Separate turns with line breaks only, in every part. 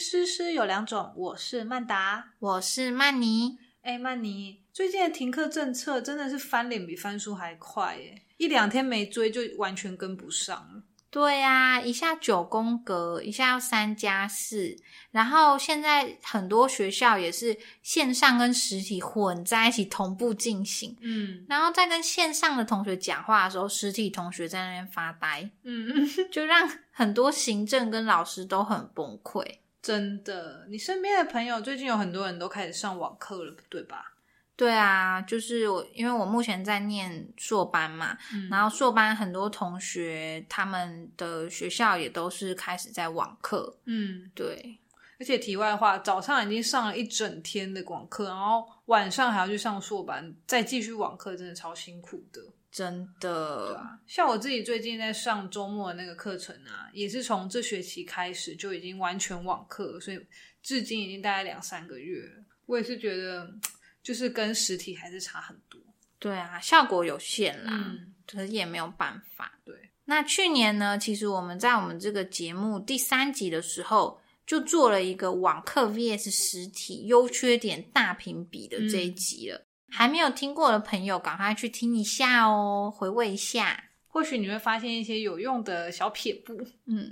诗诗有两种，我是曼达。
我是曼妮，
哎，曼妮，最近的停课政策真的是翻脸比翻书还快耶，一两天没追就完全跟不上了。
对呀、一下九宫格，一下要三加四，然后现在很多学校也是线上跟实体混在一起同步进行，
嗯
然后再跟线上的同学讲话的时候，实体同学在那边发呆，
嗯，
就让很多行政跟老师都很崩溃。
真的，你身边的朋友最近有很多人都开始上网课了，对吧？
对啊，就是我，因为我目前在念硕班嘛，
嗯
然后硕班很多同学他们的学校也都是开始在网课，
嗯，
对，
而且题外话，早上已经上了一整天的网课，然后晚上还要去上硕班，再继续网课，真的超辛苦的。
真的，
像我自己最近在上周末的那个课程啊，也是从这学期开始就已经完全网课了，所以至今已经大概两三个月了。我也是觉得，嗯就是跟实体还是差很多。
对啊，效果有限啦，
嗯
可是也没有办法。
对，
那去年呢，其实我们在我们这个节目第三集的时候，就做了一个网课 VS 实体优缺点大评比的这一集了。还没有听过的朋友，赶快去听一下哦，回味一下。
或许你会发现一些有用的小撇步。
嗯，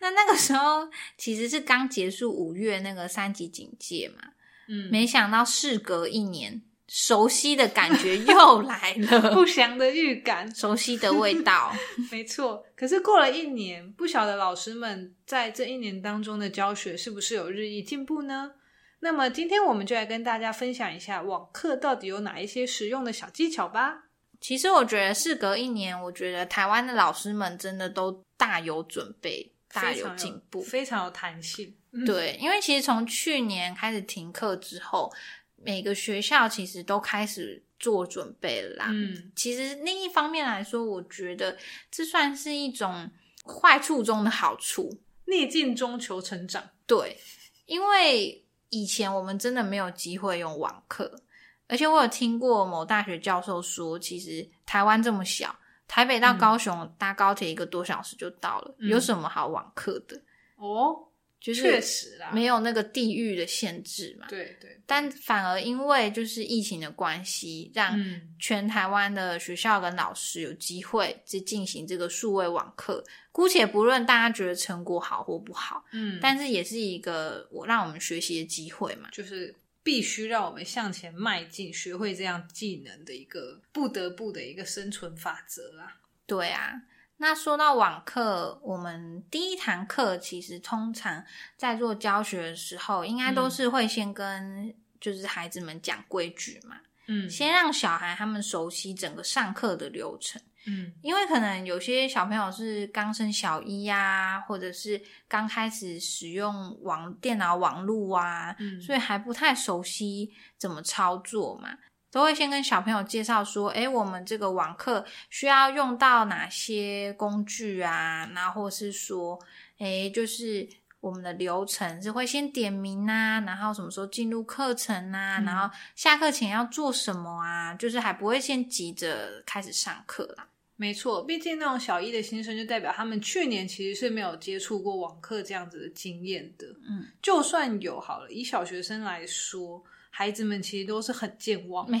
那那个时候其实是刚结束五月那个三级警戒嘛，
嗯，
没想到事隔一年，熟悉的感觉又来了，
嗯 不祥的预感，
熟悉的味道。
没错。可是过了一年，不晓得老师们在这一年当中的教学是不是有日益进步呢？那么今天我们就来跟大家分享一下网课到底有哪一些实用的小技巧吧。
其实我觉得事隔一年，我觉得台湾的老师们真的都大有准备，大
非常有
进步。
非常有弹性。嗯，
对，因为其实从去年开始停课之后，每个学校其实都开始做准备了啦。
嗯，
其实另一方面来说，我觉得这算是一种坏处中的好处。
逆境中求成长。
对，因为以前我们真的没有机会用网课，而且我有听过某大学教授说，其实台湾这么小，台北到
嗯
高雄搭高铁一个多小时就到了，
嗯
有什么好网课的？
哦，
就
确
是
实啊啦，
没有那个地域的限制嘛。
对对，
但反而因为就是疫情的关系，让
嗯
全台湾的学校跟老师有机会去进行这个数位网课。姑且不论大家觉得成果好或不好，
嗯，
但是也是一个我让我们学习的机会嘛。
就是必须让我们向前迈进，学会这样技能的一个不得不的一个生存法则啊。
对啊，那说到网课，我们第一堂课其实通常在做教学的时候，应该
嗯
都是会先跟就是孩子们讲规矩嘛，
嗯
先让小孩他们熟悉整个上课的流程。
嗯
因为可能有些小朋友是刚升小一呀、或者是刚开始使用网电脑网络啊，
嗯，
所以还不太熟悉怎么操作嘛，都会先跟小朋友介绍说，诶，我们这个网课需要用到哪些工具啊，然后或是说，诶，就是我们的流程是会先点名啊，然后什么时候进入课程啊，
嗯
然后下课前要做什么啊，就是还不会先急着开始上课啦。
没错，毕竟那种小一的新生，就代表他们去年其实是没有接触过网课这样子的经验的。
嗯，
就算有好了，以小学生来说，孩子们其实都是很健忘的，
没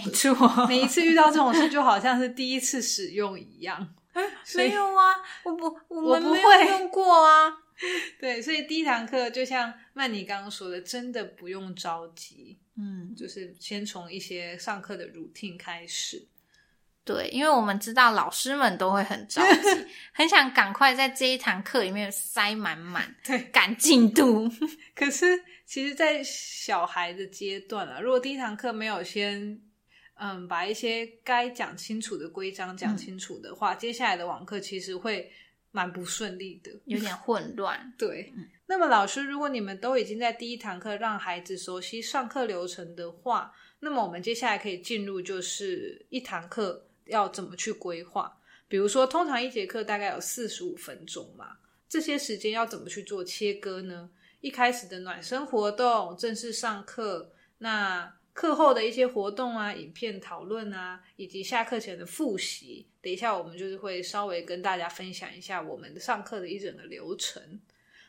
错，
每一次遇到这种事，就好像是第一次使用一样。 所以
没有啊，我不，我
我
们
不
没
会
有用过啊。
对，所以第一堂课就像曼妮刚刚说的，真的不用着急，
嗯，
就是先从一些上课的 routine 开始。
对，因为我们知道老师们都会很着急，很想赶快在这一堂课里面塞满满，
对
赶进度。
可是，其实，在小孩的阶段啊，如果第一堂课没有先嗯把一些该讲清楚的规章
嗯
讲清楚的话，接下来的网课其实会蛮不顺利的。
有点混乱。
对，那么老师，如果你们都已经在第一堂课让孩子熟悉上课流程的话，那么我们接下来可以进入就是一堂课要怎么去规划。比如说，通常一节课大概有四十五分钟嘛，这些时间要怎么去做切割呢？一开始的暖身活动，正式上课，那课后的一些活动啊、影片讨论啊，以及下课前的复习，等一下我们就是会稍微跟大家分享一下我们上课的一整个流程。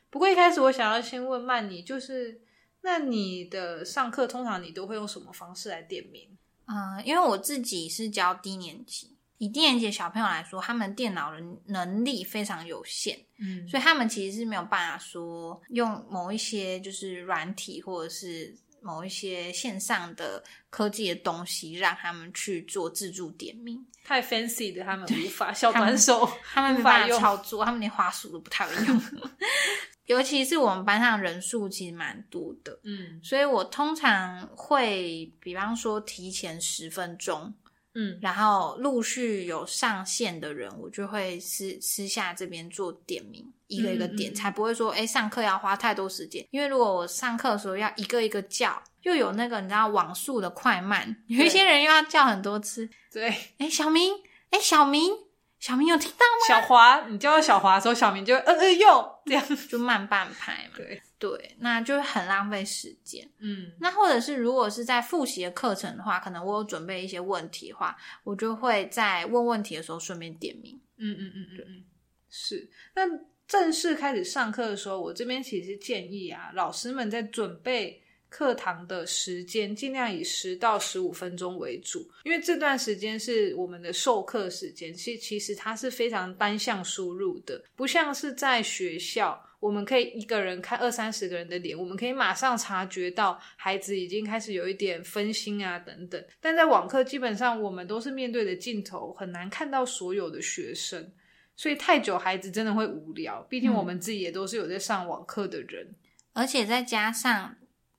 不过一开始我想要先问曼妮，就是那你的上课通常你都会用什么方式来点名？
嗯，因为我自己是教低年级，以低年级的小朋友来说，他们电脑的能力非常有限，
嗯
所以他们其实是没有办法说用某一些就是软体或者是某一些线上的科技的东西，让他们去做自助点名。
太 fancy 的他们无法，小短手，
他们没
无法
办法
用
操作，他们连滑鼠都不 太会用。尤其是我们班上人数其实蛮多的，
嗯
所以我通常会，比方说提前十分钟，
嗯
然后陆续有上线的人，我就会私私下这边做点名，一个一个点，
嗯嗯嗯
才不会说，哎，上课要花太多时间。因为如果我上课的时候要一个一个叫，又有那个你知道网速的快慢，有一些人又要叫很多次，
对。
哎，小明，哎，小明，小明有听到
小华，你叫他小华的时候，小明就会嗯嗯哟这样，
吗？就慢半拍嘛。
对，
对，那就很浪费时间。
嗯
那或者是如果是在复习的课程的话，可能我有准备一些问题的话，我就会在问问题的时候顺便点名。
嗯嗯嗯嗯嗯，是。那正式开始上课的时候，我这边其实建议啊，老师们在准备课堂的时间，尽量以十到十五分钟为主，因为这段时间是我们的授课时间，其其实它是非常单向输入的，不像是在学校。我们可以一个人看二三十个人的脸，我们可以马上察觉到孩子已经开始有一点分心啊等等。但在网课，基本上我们都是面对着镜头，很难看到所有的学生，所以太久孩子真的会无聊。毕竟我
嗯
们自己也都是有在上网课的人，
而且再加上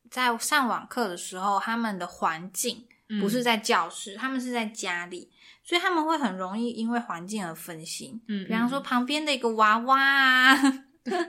在上网课的时候，他们的环境不是
在
在教室，他们是在家里，所以他们会很容易因为环境而分心。
嗯
比方说旁边的一个娃娃啊，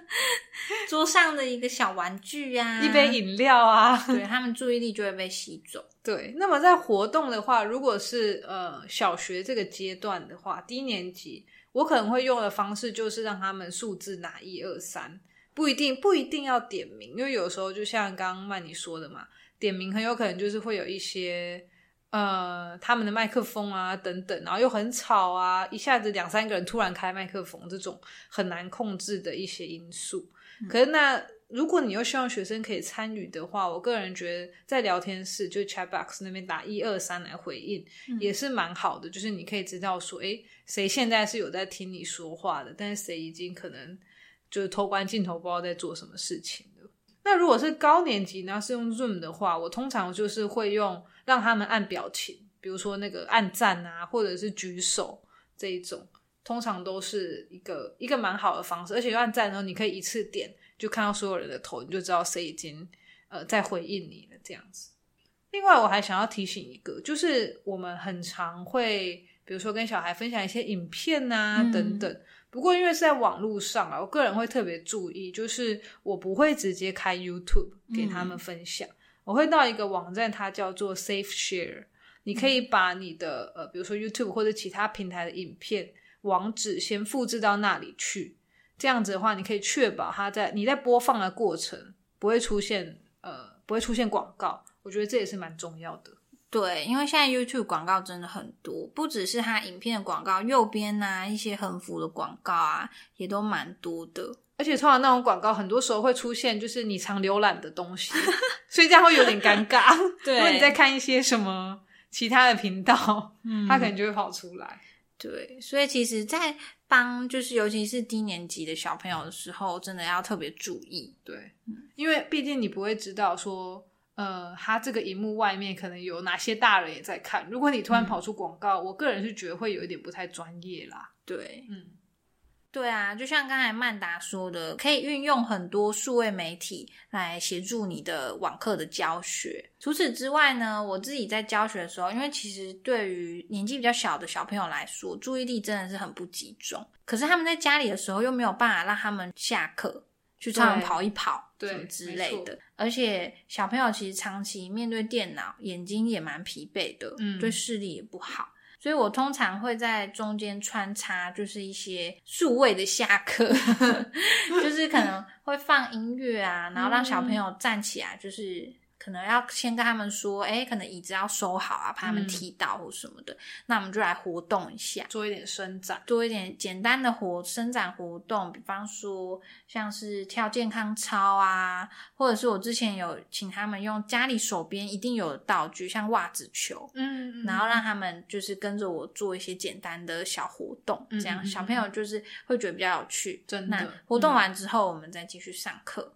桌上的一个小玩具啊，
一杯，饮料啊，
对他们注意力就会被吸走。
对，那么在活动的话，如果是呃小学这个阶段的话，低年级，我可能会用的方式就是让他们数字拿一二三，不一定不一定要点名，因为有时候就像刚刚曼妮说的嘛，点名很有可能就是会有一些呃他们的麦克风啊等等，然后又很吵啊，一下子两三个人突然开麦克风，这种很难控制的一些因素。可是那如果你又希望学生可以参与的话，我个人觉得在聊天室就 chat box 那边打一二三来回应、
嗯
也是蛮好的，就是你可以知道说，诶，谁现在是有在听你说话的，但是谁已经可能就是偷观镜头，不知道在做什么事情了。那如果是高年级呢，是用 Zoom 的话，我通常就是会用让他们按表情，比如说那个按赞啊，或者是举手这一种，通常都是一个一个蛮好的方式，而且按赞的时候你可以一次点。就看到所有人的头，你就知道谁已经呃在回应你了这样子。另外，我还想要提醒一个，就是我们很常会，比如说跟小孩分享一些影片啊、
嗯
等等。不过因为是在网络上啊，我个人会特别注意，就是我不会直接开 YouTube 给他们分享，我会到一个网站，它叫做 Safe Share，你可以把你的呃，比如说 YouTube 或者其他平台的影片网址先复制到那里去，这样子的话，你可以确保它在你在播放的过程不会出现呃不会出现广告，我觉得这也是蛮重要的。
对，因为现在 YouTube 广告真的很多，不只是它影片的广告，右边呐、一些横幅的广告啊，也都蛮多的。
而且通常那种广告，很多时候会出现就是你常浏览的东西， 所以这样会有点尴尬。
对
如果你在看一些什么其他的频道，
嗯
它可能就会跑出来。
对，所以其实，在帮就是尤其是低年级的小朋友的时候，真的要特别注意。
对，因为毕竟你不会知道说，呃，它这个荧幕外面可能有哪些大人也在看。如果你突然
嗯
跑出广告，我个人是觉得会有一点不太专业啦。
对，
嗯。
对啊，就像刚才曼达说的，可以运用很多数位媒体来协助你的网课的教学。除此之外呢，我自己在教学的时候，因为其实对于年纪比较小的小朋友来说，注意力真的是很不集中。可是他们在家里的时候，又没有办法让他们下课去操场
对
跑一跑，
对
什么之
没
类
错
的。而且小朋友其实长期面对电脑，眼睛也蛮疲惫的，
嗯
对视力也不好。所以我通常会在中间穿插，就是一些数位的下课， 就是可能会放音乐啊，然后让小朋友站起来，就是可可能要先跟他们说，哎，可能椅子要收好啊，怕他们
嗯
踢到或什么的。那我们就来活动一下，
做一点伸展，
做一点简单的活伸展活动，比方说像是跳健康操啊，或者是我之前有请他们用家里手边一定有的道具，像袜子球，
嗯
然后让他们就是跟着我做一些简单的小活动，
嗯嗯
这样
嗯
小朋友就是会觉得比较有趣。
真
那
的嗯
活动完之后，我们再继续上课。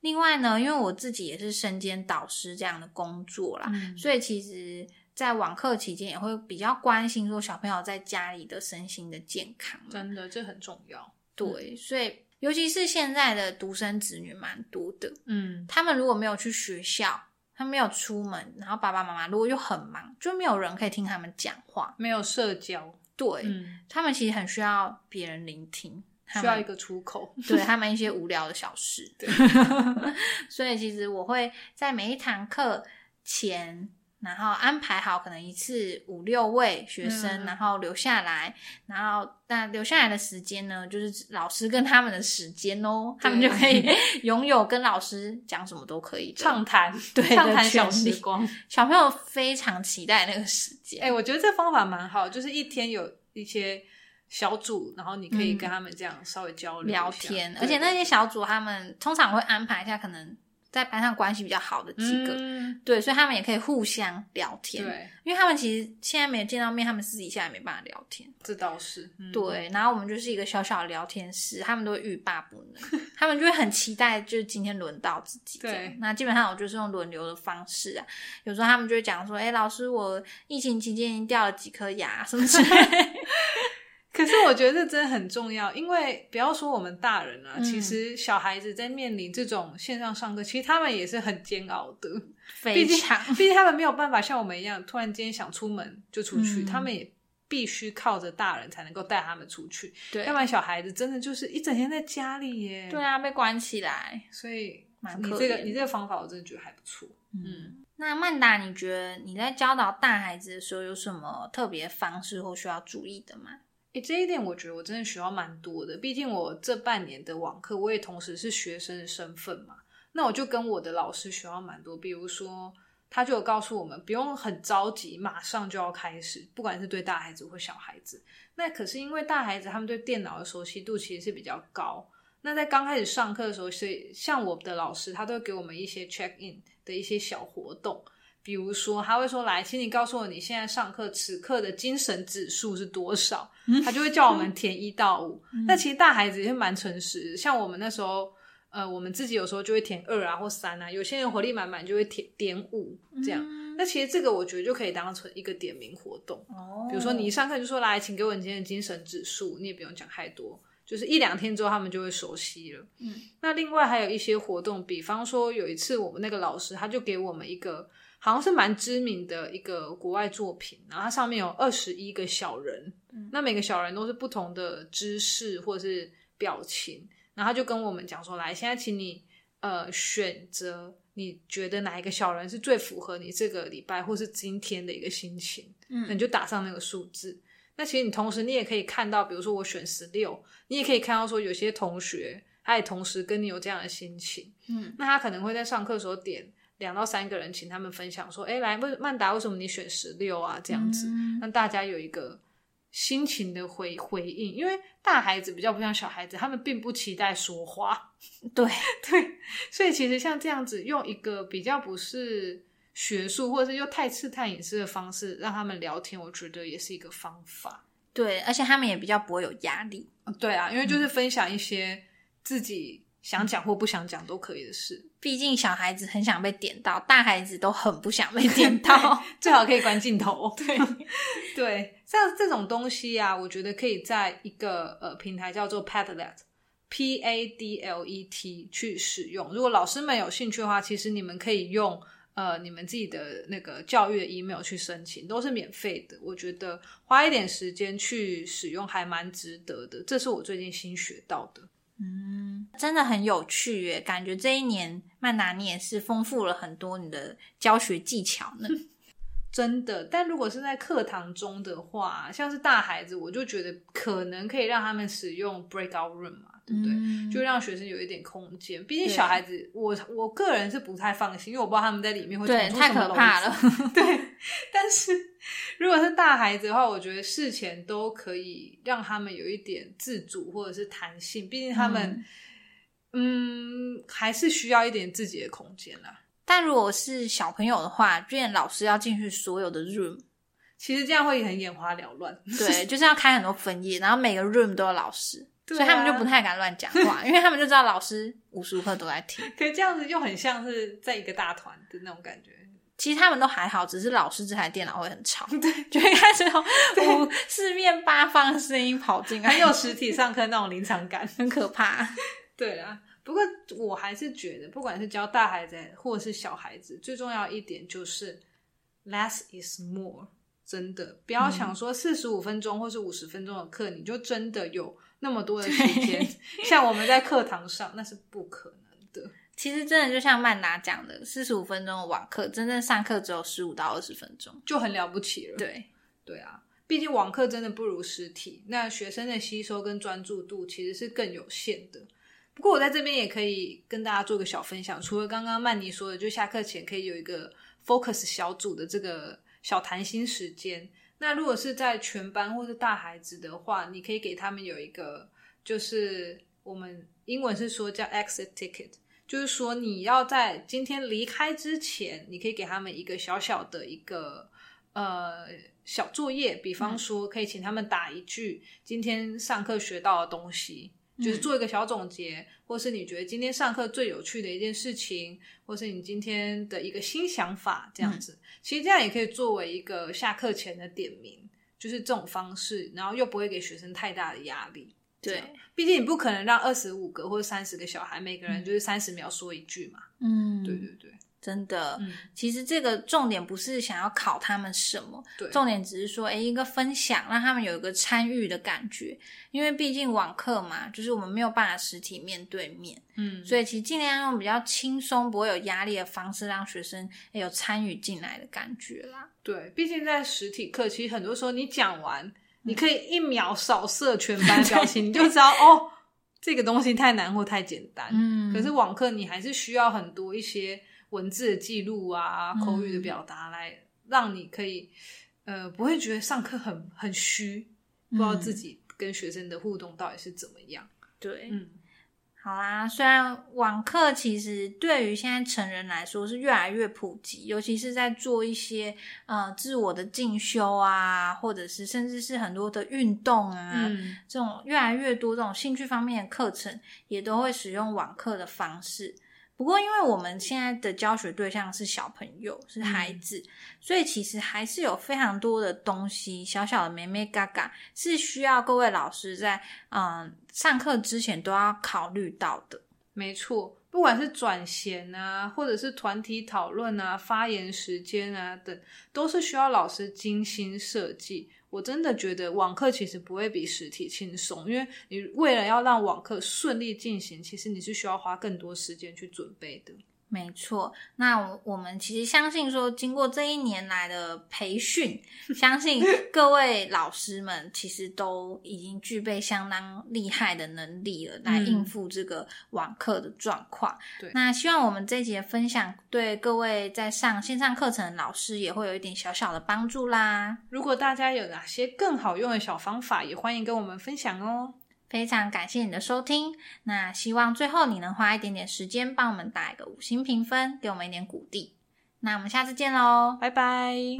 另外呢，因为我自己也是身兼导师这样的工作啦，
嗯
所以其实，在网课期间也会比较关心说小朋友在家里的身心的健康嘛。
真的这很重要，
对，所以尤其是现在的独生子女蛮多的，
嗯，
他们如果没有去学校，他没有出门，然后爸爸妈妈如果又很忙，就没有人可以听他们讲话。
没有社交，
对、
嗯，
他们其实很需要别人聆听，他
需
们
要一个出口，
对他们一些无聊的小事。 所以其实我会在每一堂课前，然后安排好可能一次五六位学生，
嗯
然后留下来，然后那留下来的时间呢，就是老师跟他们的时间哦，他们就可以 拥有跟老师讲什么都可以的
畅。谈，
对
畅
的
谈
权
小时
利
光。
小朋友非常期待那个时间。
哎、我觉得这方法蛮好，就是一天有一些小组，然后你可以跟他们这样稍微交流一下、
嗯聊天，
对
而且那些小组他们通常会安排一下，可能在班上关系比较好的几个，
嗯、
对，所以他们也可以互相聊天。
对，
因为他们其实现在没有见到面，他们私底下也没办法聊天。
这倒是、嗯，
对，然后我们就是一个小小的聊天室，他们都会欲罢不能，他们就会很期待，就是今天轮到自己。
对
这样，那基本上我就是用轮流的方式啊，有时候他们就会讲说：“哎，老师，我疫情期间已经掉了几颗牙，什么之类的。
可是我觉得这真的很重要，因为不要说我们大人啊，
嗯
其实小孩子在面临这种线上上课，其实他们也是很煎熬的。”
非
竟
常
毕竟他们没有办法像我们一样，突然间想出门就出去，
嗯
他们也必须靠着大人才能够带他们出去，
对
要不然小孩子真的就是一整天在家里耶。
对啊，被关起来。
所以
蛮
你
可
这个
怜的
你这个方法我真的觉得还不错。嗯
嗯，那曼达，你觉得你在教导大孩子的时候有什么特别方式或需要注意的吗？
诶，这一点我觉得我真的学到蛮多的，毕竟我这半年的网课，我也同时是学生的身份嘛，那我就跟我的老师学到蛮多，比如说。他就有告诉我们，不用很着急，马上就要开始，不管是对大孩子或小孩子。那可是因为大孩子他们对电脑的熟悉度其实是比较高，那在刚开始上课的时候，所以像我的老师，他都会给我们一些 check in 的一些小活动，比如说他会说：“来，请你告诉我你现在上课此刻的精神指数是多少。”他就会叫我们填一到五。那其实大孩子也蛮诚实，像我们那时候。呃，我们自己有时候就会填二啊或三啊，有些人活力满满就会填点五这样。
嗯
那其实这个我觉得就可以当成一个点名活动。
哦
比如说你一上课就说来，请给我你今天的精神指数，你也不用讲太多，就是一两天之后他们就会熟悉了。
嗯，
那另外还有一些活动，比方说有一次我们那个老师他就给我们一个好像是蛮知名的一个国外作品，然后它上面有二十一个小人，
嗯
那每个小人都是不同的姿势或者是表情，然后他就跟我们讲说，来，现在请你呃选择。你觉得哪一个小人是最符合你这个礼拜或是今天的一个心情？那
嗯
你就打上那个数字。那其实你同时你也可以看到，比如说我选十六，你也可以看到说有些同学他也同时跟你有这样的心情，
嗯
那他可能会在上课的时候点两到三个人，请他们分享说，哎，来为曼达为什么你选十六啊？这样子，
嗯
让大家有一个心情的回回应，因为大孩子比较不像小孩子，他们并不期待说话。
对，
对，所以其实像这样子，用一个比较不是学术，或者是又太刺探隐私的方式，让他们聊天，我觉得也是一个方法。
对，而且他们也比较不会有压力。
对啊，因为就是分享一些自己想讲或不想讲都可以的事，
毕竟小孩子很想被点到，大孩子都很不想 被点到。
最好可以关镜头。 对对，像这种东西啊，我觉得可以在一个呃平台叫做 Padlet。P A D L E T 去使用。如果老师们有兴趣的话，其实你们可以用呃你们自己的那个教育的 email 去申请，都是免费的。我觉得花一点时间去使用还蛮值得的，这是我最近新学到的。
嗯，真的很有趣耶，感觉这一年曼达你也是丰富了很多你的教学技巧呢。
真的，但如果是在课堂中的话，像是大孩子，我就觉得可能可以让他们使用 breakout room 嘛， 对不对？
嗯
就让学生有一点空间。毕竟
对
小孩子，我我个人是不太放心，因为我不知道他们在里面会闯
对
出
太
什么
可怕
娄
了
子。 对，但是如果是大孩子的话，我觉得事前都可以让他们有一点自主或者是弹性，毕竟他们嗯还是需要一点自己的空间啦。
但如果是小朋友的话，变老师要进去所有的 room，
其实这样会很眼花缭乱。
对，就是要开很多分页，然后每个 room 都有老师，
对啊
所以他们就不太敢乱讲话，因为他们就知道老师无时无刻都在听。
可这样子又很像是在一个大团的那种感觉。
其实他们都还好，只是老师这台电脑会很吵， 对，就会开始有五四面八方的声音跑进
很
来，
有实体上课那种临场感。
很可怕。
对啦，不过我还是觉得，不管是教大孩子或者是小孩子，最重要一点就是 less is more。真的，不要想说四十五分钟或是五十分钟的课，你就真的有那么多的时间。像我们在课堂上，那是不可能的。
其实真的就像曼达讲的，四十五分钟的网课，真正上课只有十五到二十分钟。
就很了不起了。
对，
对啊，毕竟网课真的不如实体，那学生的吸收跟专注度其实是更有限的。不过我在这边也可以跟大家做个小分享，除了刚刚曼妮说的，就下课前可以有一个 focus 小组的这个小谈心时间。那如果是在全班或是大孩子的话，你可以给他们有一个，就是我们英文是说叫 exit ticket，就是说你要在今天离开之前，你可以给他们一个小小的一个呃小作业，比方说可以请他们打一句今天上课学到的东西，就是做一个小总结，或是你觉得今天上课最有趣的一件事情，或是你今天的一个新想法这样子。其实这样也可以作为一个下课前的点名，就是这种方式，然后又不会给学生太大的压力。这样
对，
毕竟你不可能让二十五个或者三十个小孩每个人就是三十秒说一句嘛。
嗯，
对对对，
真的，
嗯，
其实这个重点不是想要考他们什么，
对，
重点只是说，哎，一个分享，让他们有一个参与的感觉。因为毕竟网课嘛，就是我们没有办法实体面对面，
嗯，
所以其实尽量用比较轻松、不会有压力的方式，让学生诶有参与进来的感觉啦。
对，毕竟在实体课，其实很多时候你讲完，
嗯
你可以一秒扫射全 班表情，你就知道哦，这个东西太难或太简 单。
嗯
可是网课你还是需要很多一些文字的记录啊、口语的表达来让你可以，呃，不会觉得上课很很虚，不知道自己跟学生的互动到底是怎么样。
对，
嗯，
好啦，虽然网课其实对于现在成人来说是越来越普及，尤其是在做一些呃自我的进修啊，或者是甚至是很多的运动啊，
嗯
这种越来越多这种兴趣方面的课程，也都会使用网课的方式。不过，因为我们现在的教学对象是小朋友，是孩子，所以其实还是有非常多的东西，小小的咩咩嘎嘎，是需要各位老师在嗯、上课之前都要考虑到的。
没错，不管是转衔啊，或者是团体讨论啊、发言时间啊等，都是需要老师精心设计。我真的觉得网课其实不会比实体轻松，因为你为了要让网课顺利进行，其实你是需要花更多时间去准备的。
没错，那我我们其实相信说，经过这一年来的培训，相信各位老师们其实都已经具备相当厉害的能力了，来
嗯
应付这个网课的状况。
对
那希望我们这一节分享对各位在上线上课程的老师也会有一点小小的帮助啦。
如果大家有哪些更好用的小方法，也欢迎跟我们分享哦。
非常感谢你的收听，那希望最后你能花一点点时间帮我们打一个五星评分，给我们一点鼓励。那我们下次见喽，
拜拜。